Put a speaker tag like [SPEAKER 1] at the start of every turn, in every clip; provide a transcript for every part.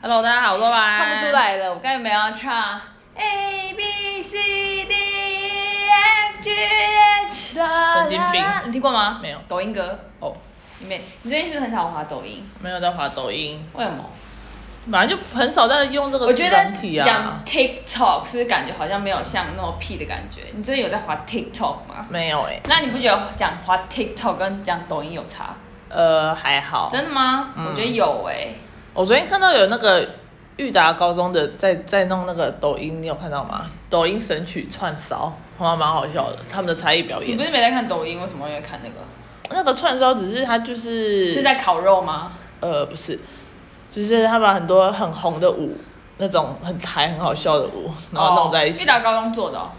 [SPEAKER 1] Hello，大家好，我是老板。
[SPEAKER 2] 唱不出。来了，我刚才没有唱 A B C D E F G H 啦
[SPEAKER 1] 神经病
[SPEAKER 2] 啦啦你听过吗？
[SPEAKER 1] 没有
[SPEAKER 2] 抖音歌，
[SPEAKER 1] 哦，
[SPEAKER 2] 你没？你最近是不是很少滑抖音？
[SPEAKER 1] 没有在滑抖音，
[SPEAKER 2] 为什么？
[SPEAKER 1] 本来就很少在用这个
[SPEAKER 2] 我觉得
[SPEAKER 1] 软体啊
[SPEAKER 2] 讲。TikTok 是不是感觉好像没有像那么屁的感觉？你最近有在滑 TikTok 吗？
[SPEAKER 1] 没有哎、
[SPEAKER 2] 那你不觉得讲滑 TikTok 跟讲抖音有差？
[SPEAKER 1] 呃，还好。
[SPEAKER 2] 真的吗？
[SPEAKER 1] 嗯
[SPEAKER 2] 我觉得有哎、
[SPEAKER 1] 我昨天看到有那个裕达高中的在在弄那个抖音，你有看到吗？抖音神曲串烧，好像蛮好笑的，他们的才艺表
[SPEAKER 2] 你不
[SPEAKER 1] 演。
[SPEAKER 2] 是没在看抖音，为什么会看那个？
[SPEAKER 1] 那个串烧只是他就是
[SPEAKER 2] 是在烤肉吗？
[SPEAKER 1] 呃不是，就是他把很多很红的舞，那种很台很好笑的舞，然后弄在一
[SPEAKER 2] 哦
[SPEAKER 1] 起
[SPEAKER 2] 裕，达高中做的哦。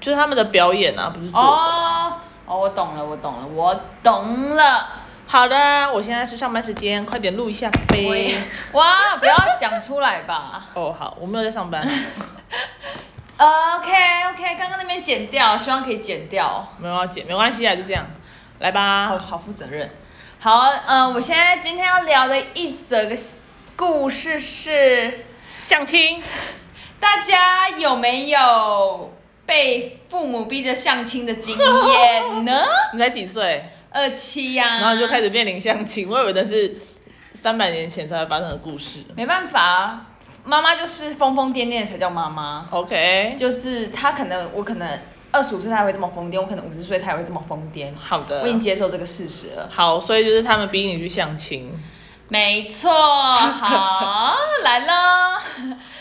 [SPEAKER 1] 就是他们的表演啊，不是做的。
[SPEAKER 2] 哦，哦，我懂了，我懂了，我懂了。
[SPEAKER 1] 好的，我现在是上班时间，快点录一下
[SPEAKER 2] 我
[SPEAKER 1] 呗
[SPEAKER 2] 也。哇，不要讲出来 吧。
[SPEAKER 1] 哦，好，我没有在上班，
[SPEAKER 2] OK OK，刚刚那边剪掉，希望可以剪掉。
[SPEAKER 1] 没有要剪，没关系啊，就这样，来
[SPEAKER 2] 好
[SPEAKER 1] 吧。
[SPEAKER 2] 好负责任。好，嗯、我现在今天要聊的一则个故事是，
[SPEAKER 1] 相亲，
[SPEAKER 2] 大家有没有被父母逼着相亲的经验呢？
[SPEAKER 1] 你才几岁？
[SPEAKER 2] 二七呀、
[SPEAKER 1] 然后你就开始面临相亲，我以为那是三百年前才会发生的故事。
[SPEAKER 2] 没办法啊，妈妈就是疯疯癫癫的才叫妈妈。
[SPEAKER 1] OK，
[SPEAKER 2] 就是他可能我可能二十五岁他也会这么疯癫，我可能五十岁他也会这么疯癫，
[SPEAKER 1] 好的
[SPEAKER 2] 我已，经接受这个事实了。
[SPEAKER 1] 好，所以就是他们逼你去相亲，
[SPEAKER 2] 没错，好来 了。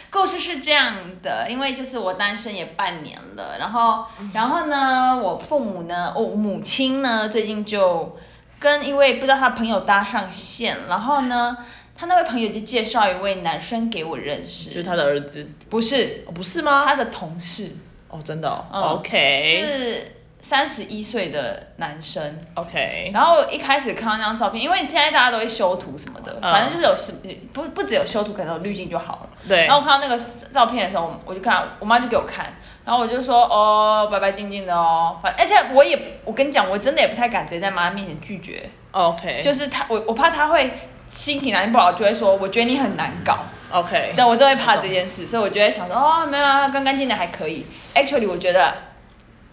[SPEAKER 2] 故事是这样的，因为就是我单身也半年了，然后然后呢，我父母呢，我、母亲呢，最近就跟一位不知道他朋友搭上线，然后呢，他那位朋友就介绍一位男生给我认
[SPEAKER 1] 就是
[SPEAKER 2] 识，
[SPEAKER 1] 他的儿子，
[SPEAKER 2] 不是
[SPEAKER 1] 哦、不是吗？
[SPEAKER 2] 他的同事，
[SPEAKER 1] 哦，真的、哦
[SPEAKER 2] 嗯
[SPEAKER 1] OK
[SPEAKER 2] 是三十一岁的男生。
[SPEAKER 1] OK，
[SPEAKER 2] 然后我一开始看到那张照片，因为现在大家都会修图什么的，
[SPEAKER 1] 嗯
[SPEAKER 2] 反正就是有什不不只有修图，可能有滤镜就好了。
[SPEAKER 1] 对
[SPEAKER 2] 然，后我看到那个照片的时候，我就看我妈就给我看，然后我就说哦，白白净净的哦，反而且我也我跟你讲，我真的也不太敢直接在妈妈面前拒绝，
[SPEAKER 1] OK，
[SPEAKER 2] 就是她我我怕她会心情哪里不好，就会说我觉得你很难搞，
[SPEAKER 1] OK，
[SPEAKER 2] 对我真的会怕这件事，所以我就会想说哦，没有啊，干干净净还可以。Actually，我觉得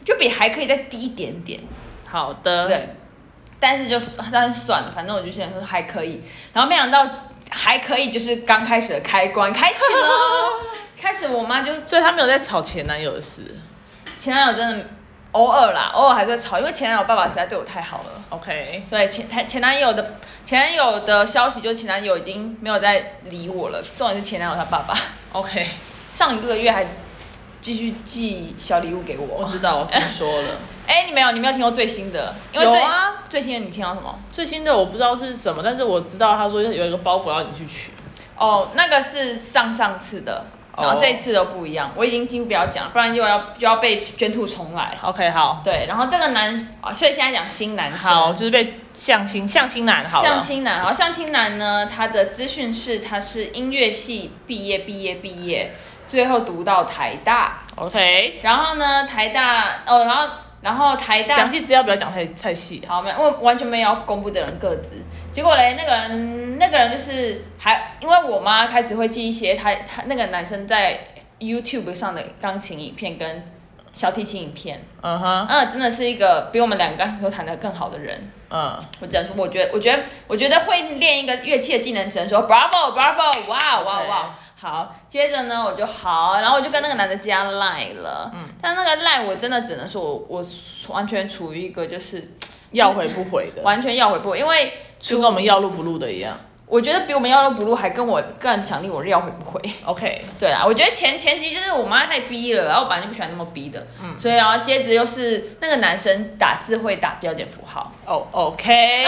[SPEAKER 2] 就比还可以再低一点点。
[SPEAKER 1] 好的，
[SPEAKER 2] 对，但是就是但是算了，反正我就现在说还可以，然后没想到还可以，就是刚开始的开关开启了，开始我妈就
[SPEAKER 1] 所以他没有在吵前男友的事
[SPEAKER 2] 前男友真的偶尔啦，偶尔还是会吵，因为前男友爸爸实在对我太好了。
[SPEAKER 1] ，OK，
[SPEAKER 2] 对前前前男友的前男友的消息，就是前男友已经没有在理我了。重点是前男友他爸爸
[SPEAKER 1] OK，
[SPEAKER 2] 上一个月还继续寄小礼物给
[SPEAKER 1] 我
[SPEAKER 2] 我。
[SPEAKER 1] 知道，我听说了。
[SPEAKER 2] 哎、你没有，你没有听过最新的？因为
[SPEAKER 1] 有
[SPEAKER 2] 最、
[SPEAKER 1] 啊
[SPEAKER 2] 最新的你听到什么？
[SPEAKER 1] 最新的我不知道是什么，但是我知道他说有一个包裹要你去取。
[SPEAKER 2] 哦，那个是上上次的，
[SPEAKER 1] 哦
[SPEAKER 2] 然后这一次都不一样。我已经几乎不要讲了，不然又要又要被卷土重来。
[SPEAKER 1] OK，好，
[SPEAKER 2] 对，然后这个男，啊所以现在讲新男生。
[SPEAKER 1] 好，就是被相亲，相亲男好了。
[SPEAKER 2] 相亲男，好，相亲男呢，他的资讯是他是音乐系毕业，毕业，毕业，最后读到台大，
[SPEAKER 1] OK，
[SPEAKER 2] 然后呢，台大哦，然后然后台大
[SPEAKER 1] 详细资料不要讲太太细。
[SPEAKER 2] 好，没有，我完全没有要公布这个人个资。结果嘞，那个人，那个人就是还因为我妈开始会寄一些他他那个男生在 YouTube 上的钢琴影片跟小提琴影片，
[SPEAKER 1] 嗯哼，
[SPEAKER 2] 嗯，真的是一个比我们两个钢琴都弹得更好的人。
[SPEAKER 1] 嗯，
[SPEAKER 2] 我只能说，我觉得，我觉得，我觉得会练一个乐器的技能，只能说 bravo bravo，哇哇
[SPEAKER 1] OK
[SPEAKER 2] 哇！好，接着呢，我就好，然后我就跟那个男的加赖了。嗯。但那个赖我真的只能说我我完全处于一个就是
[SPEAKER 1] 要回不回的，
[SPEAKER 2] 完全要回不，因为
[SPEAKER 1] 就跟我们要录不录的一样。
[SPEAKER 2] 我觉得比我们要都不录还跟我更想令我要回不回。
[SPEAKER 1] OK，
[SPEAKER 2] 对啦，我觉得前前期就是我妈太逼了，然后我本来就不喜欢那么逼的，所以然后接着又是那个男生打字会打标点符号，
[SPEAKER 1] 哦、o k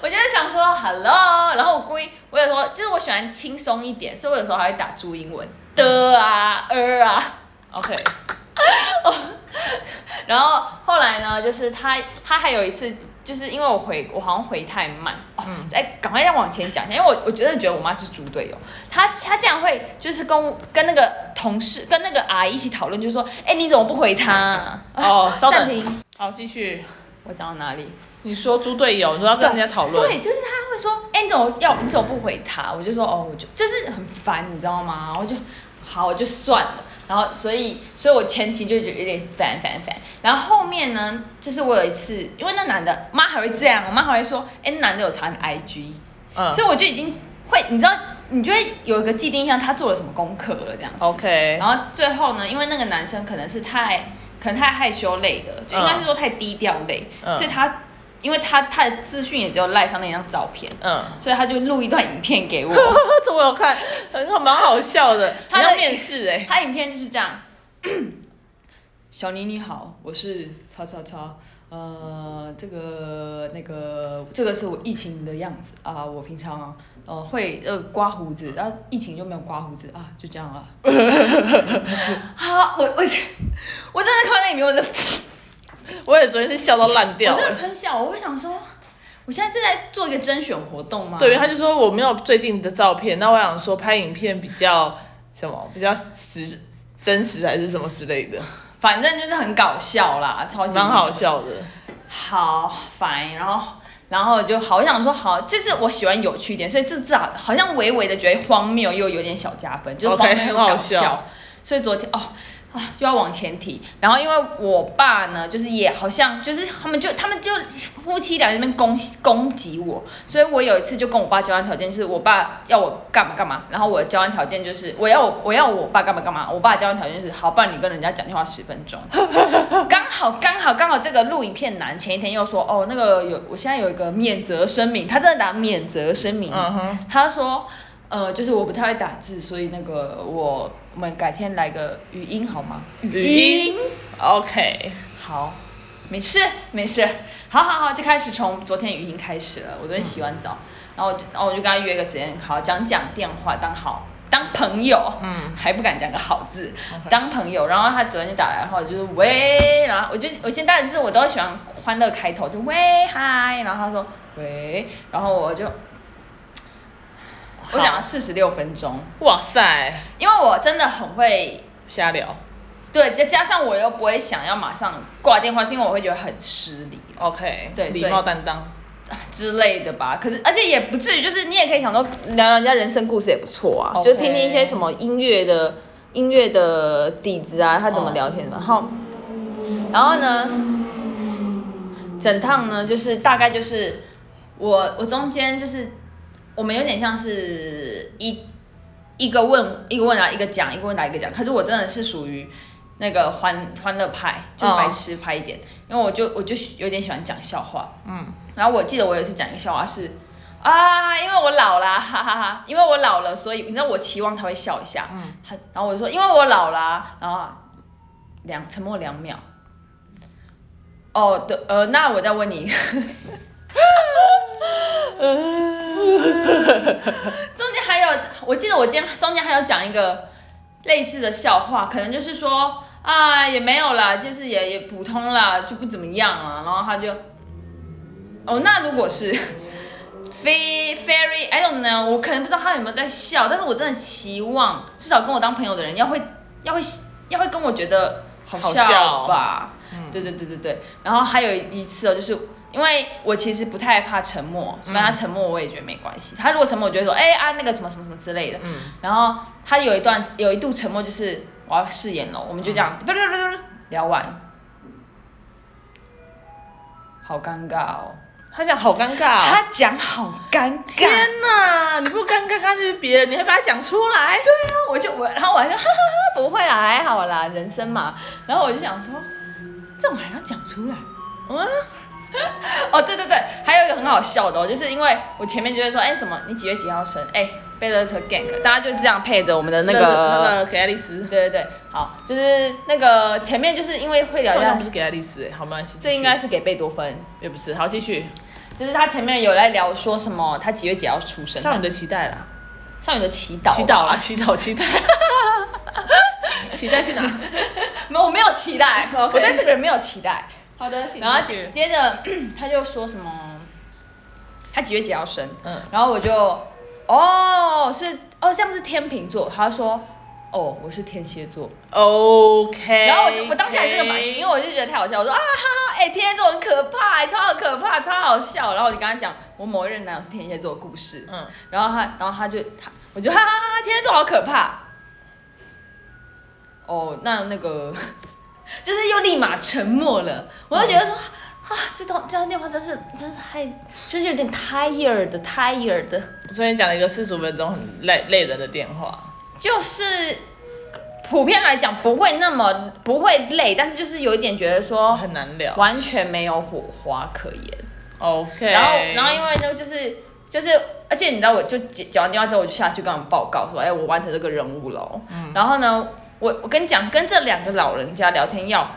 [SPEAKER 2] 我就是想说 hello，然后我故意我有时候就是我喜欢轻松一点，所以我有时候还会打注英文的啊呃啊，
[SPEAKER 1] OK，
[SPEAKER 2] 然后后来呢，就是他他还有一次。就是因为我回我好像回太慢，哦哎、赶快再往前讲一下，因为我我真的觉得我妈是猪队友，她她竟然会就是跟我跟那个同事跟那个阿姨一起讨论，就是说，哎、你怎么不回她、啊？
[SPEAKER 1] 哦、稍
[SPEAKER 2] 暂
[SPEAKER 1] 等，
[SPEAKER 2] 停，
[SPEAKER 1] 好，继续。
[SPEAKER 2] 我讲到哪里？
[SPEAKER 1] 你说猪队友，你说要跟人家讨论，
[SPEAKER 2] 对，就是他会说，哎、你怎么要你怎么不回他？我就说哦，我就就是很烦，你知道吗？我就好，我就算了。然后所以所以我前期就觉得有点烦烦烦。然后后面呢，就是我有一次，因为那男的妈还会这样，我妈还会说，哎、那男的有查你 IG，、
[SPEAKER 1] 嗯
[SPEAKER 2] 所以我就已经会，你知道，你就会有一个既定印象，他做了什么功课了这样子。
[SPEAKER 1] 哦，OK，
[SPEAKER 2] 然后最后呢，因为那个男生可能是太可能太害羞类的，就应该是说太低调类，
[SPEAKER 1] 嗯
[SPEAKER 2] 所以他因为他他的资讯也只有赖上那张照片，
[SPEAKER 1] 嗯，
[SPEAKER 2] 所以他就录一段影片给我。
[SPEAKER 1] 这我有看， 很好，蛮好笑的。
[SPEAKER 2] 他
[SPEAKER 1] 他
[SPEAKER 2] 的
[SPEAKER 1] 要面试哎、
[SPEAKER 2] 他影片就是这样。 小妮你好，我是叉叉叉，呃，这个那个这个是我疫情的样子啊，我平常呃会呃刮胡子，然、后疫情就没有刮胡子啊，就这样了。 啊，我我我真的看到那影片，我真的
[SPEAKER 1] 我也昨天是笑到烂掉
[SPEAKER 2] 我真
[SPEAKER 1] 了
[SPEAKER 2] 的。喷笑，我会想说，我现在是在做一个甄选活动吗？
[SPEAKER 1] 对，他就说我没有最近的照片，那我想说拍影片比较什么，比较实真实还是什么之类 的，
[SPEAKER 2] 反正就是很搞笑啦，超级
[SPEAKER 1] 蛮好笑的。
[SPEAKER 2] 好烦，然后然后我就好想说好，就是我喜欢有趣一点，所以这至少好像微微的觉得荒谬又有点小加分，就是
[SPEAKER 1] OK，
[SPEAKER 2] 荒谬又搞
[SPEAKER 1] 很好笑
[SPEAKER 2] 所以昨天哦。啊，又要往前提，然后因为我爸呢，就是也好像就是他们就他们就夫妻俩在那边攻攻击我，所以我有一次就跟我爸交换条件，就是我爸要我干嘛干嘛，然后我的交换条件就是我要我我要我爸干嘛干嘛，我爸的交换条件就是好，不然你跟人家讲电话十分 钟，刚好刚好刚好这个录影片男前一天又说哦那个有我现在有一个免责声明，他真的打免责声明，
[SPEAKER 1] 嗯哼，
[SPEAKER 2] 他说呃就是我不太会打字，所以那个我我们改天来个语音好吗？
[SPEAKER 1] 语音 OK，
[SPEAKER 2] 好，没事没事，好好好，就开始从昨天语音开始了。我昨天洗完澡，然后我就然后我就跟他约个时间，好讲讲电话，当好当朋友，嗯，还不敢讲个好字
[SPEAKER 1] OK
[SPEAKER 2] 当朋友。然后他昨天就打来，然后我就是喂，然后我就我现在就是我都喜欢欢乐开头，就喂嗨，然后他说喂，然后我就我讲了四十六分钟，
[SPEAKER 1] 哇塞，
[SPEAKER 2] 因为我真的很会
[SPEAKER 1] 瞎聊
[SPEAKER 2] 对，再加上我又不会想要马上挂电话，是因为我会觉得很失礼
[SPEAKER 1] OK，
[SPEAKER 2] 对
[SPEAKER 1] 礼
[SPEAKER 2] 所以
[SPEAKER 1] 貌担当，
[SPEAKER 2] 之类的吧。可是，而且也不至于，就是你也可以想说聊聊人家人生故事也不错啊
[SPEAKER 1] OK
[SPEAKER 2] 就听听一些什么音乐的音乐的底子啊，他怎么聊天的。然后，然后呢，整趟呢就是大概就是我我中间就是我们有点像是一一个问一个问答一个讲一个问答一个讲，可是我真的是属于那个欢欢乐派，就是白痴派一点，因为我就我就有点喜欢讲笑话，嗯，然后我记得我有一次讲一个笑话是。啊，因为我老啦，哈哈哈因为我老了，所以你知道我期望他会笑一下，嗯，他然后我就说因为我老啦，然后啊两沉默两秒，哦，对，呃，那我再问你， 中间还有，我记得我今天中间还有讲一个类似的笑话，可能就是说啊也没有啦，就是也也普通啦，就不怎么样啦。然后他就，哦，那如果是非 very I don't know，我可能不知道他有没有在笑，但是我真的期望至少跟我当朋友的人要会要会要会跟我觉得好
[SPEAKER 1] 好
[SPEAKER 2] 笑
[SPEAKER 1] 笑
[SPEAKER 2] 吧，
[SPEAKER 1] 嗯
[SPEAKER 2] 对对对对对。然后还有一次哦，就是因为我其实不太怕
[SPEAKER 1] 嗯
[SPEAKER 2] 沉默，虽然他沉默我也觉得没关系。他如果沉默，我就会说，哎、啊那个什么什么什么之
[SPEAKER 1] 嗯
[SPEAKER 2] 类的。然后他有一段有一度沉默，就是我要饰演了，我们就这样，
[SPEAKER 1] 嗯
[SPEAKER 2] 聊完，好尴尬哦。
[SPEAKER 1] 他讲好尴尬、哦。
[SPEAKER 2] 他讲好尴尬，
[SPEAKER 1] 天哪！你不尴尬，刚就是别人，你还把它讲出来。
[SPEAKER 2] 啊我就我，然后我还说哈哈哈，不会啦，还好啦，人生嘛。然后我就想说，这种还要讲出来？
[SPEAKER 1] 嗯，
[SPEAKER 2] 哦，对对对，还有一个很好笑的、哦，就是因为我前面就会说，哎，什么你几月几号生？哎，被乐车 gank，大家就这样配着我们的那个
[SPEAKER 1] 那个给爱丽丝，
[SPEAKER 2] 对对对，好，就是那个前面就是因为
[SPEAKER 1] 这
[SPEAKER 2] 会聊
[SPEAKER 1] 好像
[SPEAKER 2] 到
[SPEAKER 1] 不，是给爱丽丝哎，好没关系。继
[SPEAKER 2] 这
[SPEAKER 1] 续
[SPEAKER 2] 应该是给贝多芬，
[SPEAKER 1] 也不是，好继续。
[SPEAKER 2] 就是他前面有在聊说什么他几月几号出生，啊
[SPEAKER 1] 少女的期待啦，
[SPEAKER 2] 少女的祈祷，
[SPEAKER 1] 祈祷啦，祈祷，期啊 待，期待去哪？
[SPEAKER 2] 没有，我没有期待
[SPEAKER 1] OK
[SPEAKER 2] 我对这个人没有期待。
[SPEAKER 1] 好的，请
[SPEAKER 2] 然后
[SPEAKER 1] 继
[SPEAKER 2] 接
[SPEAKER 1] 续。
[SPEAKER 2] 接着 他就说什么，他几月几号生？
[SPEAKER 1] 嗯
[SPEAKER 2] 然后我就哦是哦这样是天秤座，他说哦，我是天蝎座。
[SPEAKER 1] OK，
[SPEAKER 2] 然后我就我当下还真的蛮，
[SPEAKER 1] 哎
[SPEAKER 2] 因为我就觉得太好笑，我说啊哈哈，哎、天蝎座很可怕、哎超可怕，超好笑。然后我就跟他讲我某一任男友是天蝎座的故事，
[SPEAKER 1] 嗯，
[SPEAKER 2] 然后他，然后他就他，我就哈哈哈哈，天蝎座好可怕。哦，那那个 就是又立马沉默了，我就觉得说。啊，这通这通电话真是真是太，就是有点 tired 的 tired 的，
[SPEAKER 1] 所以你讲了一个四十五分钟很累累人的电话，
[SPEAKER 2] 就是普遍来讲不会那么不会累，但是就是有一点觉得说
[SPEAKER 1] 很难聊。
[SPEAKER 2] 完全没有火花可言。
[SPEAKER 1] OK，
[SPEAKER 2] 然后，然后因为呢，就是就是，而且你知道，我就接讲完电话之后，我就下去跟他们报告说，哎，我完成这个任务了。哦然后呢，我我跟你讲，跟这两个老人家聊天要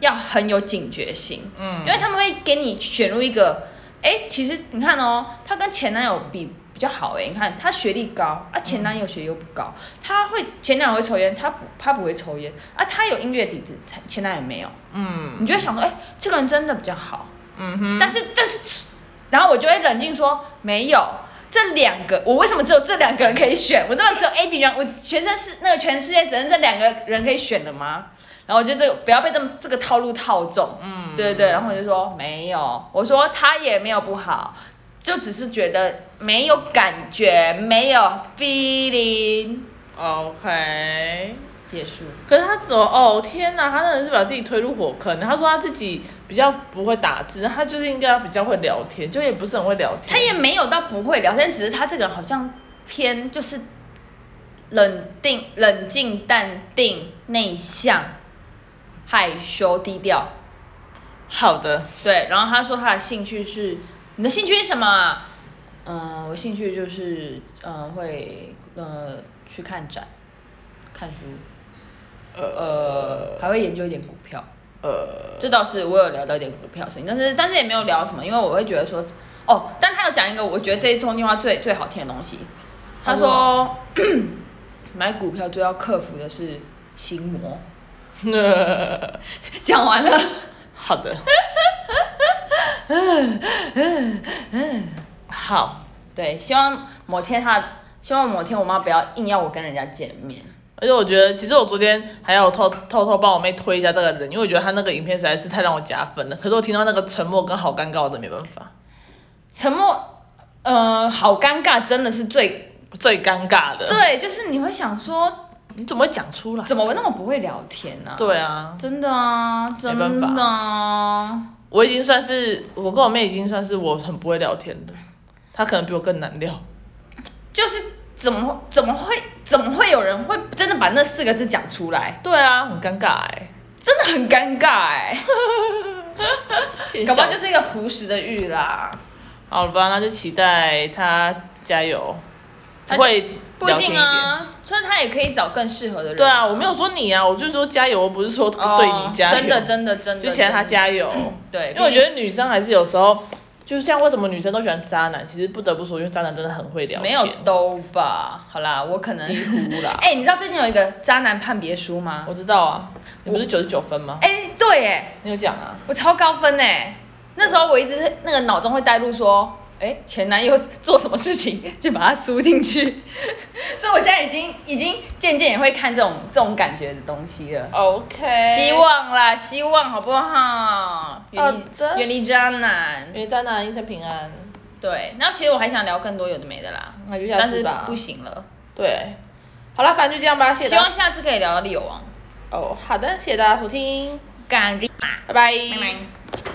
[SPEAKER 2] 要很有警觉性，嗯，因为他们会给你选入一个，哎，其实你看哦，她跟前男友比。比较好哎、你看她学历高啊，前男友学历又不高，她会前男友会抽烟，她不她不会抽烟啊，她有音乐底子，她前男友没有，嗯，你就会想说，哎、这个人真的比较好，嗯哼，但是但是然后我就会冷静说没有。这两个，我为什么只有这两个人可以选？我真的只有 A、B 人，我全身是那个全世界只剩这两个人可以选了吗？然后我就这个不要被这么这个套路套中，嗯，对对。然后我就说没有，我说他也没有不好，就只是觉得没有感觉，没有 feeling。
[SPEAKER 1] OK，
[SPEAKER 2] 结束。
[SPEAKER 1] 可是他怎么？哦天哪，他真的是把自己推入火坑。他说他自己比较不会打字，他就是应该要比较会聊天，就也不是很会聊天。
[SPEAKER 2] 他也没有到不会聊天，只是他这个人好像偏就是冷定、冷静、淡定、内向、害羞、低调。
[SPEAKER 1] 好的，
[SPEAKER 2] 对，然后他说他的兴趣是，你的兴趣是什么啊？嗯、我兴趣就是，呃，会呃去看展、看书，呃，还会研究一点股票。呃，这倒是我有聊到一点股票的事情，但是但是也没有聊什么，因为我会觉得说，哦，但他有讲一个我觉得这一通电话最最好听的东西，他
[SPEAKER 1] 他
[SPEAKER 2] 说、
[SPEAKER 1] 说
[SPEAKER 2] 买股票最要克服的是心 魔。讲完了。
[SPEAKER 1] 好的，好。
[SPEAKER 2] 对，希望某天他，希望某天我妈不要硬要我跟人家见面。
[SPEAKER 1] 而且我觉得，其实我昨天还有偷偷偷帮我妹推一下这个人，因为我觉得她那个影片实在是太让我加分了。可是我听到那个沉默跟好尴尬，我真没办法，
[SPEAKER 2] 沉默，呃，好尴尬，真的是最
[SPEAKER 1] 最尴尬的，
[SPEAKER 2] 对，就是你会想说，
[SPEAKER 1] 你怎么会讲出来？
[SPEAKER 2] 怎么那么不会聊天呢、啊？
[SPEAKER 1] 对啊，
[SPEAKER 2] 真的啊，真
[SPEAKER 1] 办法
[SPEAKER 2] 的啊，
[SPEAKER 1] 我已经算是我跟我妹已经算是我很不会聊天的，她可能比我更难聊。
[SPEAKER 2] 就是怎么会怎么会怎么会有人会真的把那四个字讲出来，
[SPEAKER 1] 对啊，很尴尬哎、
[SPEAKER 2] 真的很尴尬哎、
[SPEAKER 1] 欸，
[SPEAKER 2] 搞不好
[SPEAKER 1] 现
[SPEAKER 2] 就
[SPEAKER 1] 象
[SPEAKER 2] 是一个朴实的玉啦，
[SPEAKER 1] 好了吧，那就期待她加油，
[SPEAKER 2] 她
[SPEAKER 1] 会
[SPEAKER 2] 不一
[SPEAKER 1] 聊天
[SPEAKER 2] 定
[SPEAKER 1] 点。
[SPEAKER 2] 啊，所以他也可以找更适合的人。
[SPEAKER 1] 对啊，我没有说你啊，我就说加油，我不是说
[SPEAKER 2] 哦，
[SPEAKER 1] 对你加油，
[SPEAKER 2] 真的真的真的，
[SPEAKER 1] 就期待她
[SPEAKER 2] 真的
[SPEAKER 1] 加油。
[SPEAKER 2] 对，
[SPEAKER 1] 因为我觉得女生还是有时候，就像为什么女生都喜欢渣男，其实不得不说，因为渣男真的很会聊天，
[SPEAKER 2] 没有都吧？好啦，我可能。
[SPEAKER 1] 几乎啦。
[SPEAKER 2] 哎、你知道最近有一个渣男判别书吗？
[SPEAKER 1] 我知道啊，你不是九十九分吗？
[SPEAKER 2] 哎、对，哎，
[SPEAKER 1] 你有讲啊？
[SPEAKER 2] 我超高分哎！那时候我一直是那个脑中会带入说，哎、前男友做什么事情 就把它输进去， 所以我现在已经已经渐渐也会看这种这种感觉的东西了。
[SPEAKER 1] OK，
[SPEAKER 2] 希望啦，希望好不好？
[SPEAKER 1] 好
[SPEAKER 2] 远
[SPEAKER 1] 的
[SPEAKER 2] 离远离渣男。
[SPEAKER 1] 愿渣男一生平安。
[SPEAKER 2] 对，那其实我还想聊更多有的没的啦，
[SPEAKER 1] 那就下
[SPEAKER 2] 但
[SPEAKER 1] 次
[SPEAKER 2] 是
[SPEAKER 1] 吧
[SPEAKER 2] 不行了。
[SPEAKER 1] 对，好了，反正就这样吧，谢谢
[SPEAKER 2] 希
[SPEAKER 1] 大
[SPEAKER 2] 望
[SPEAKER 1] 家。
[SPEAKER 2] 下次可以聊到利友王。
[SPEAKER 1] 哦，好的，谢谢大家收听，
[SPEAKER 2] 感恩，
[SPEAKER 1] 拜拜。
[SPEAKER 2] 拜拜。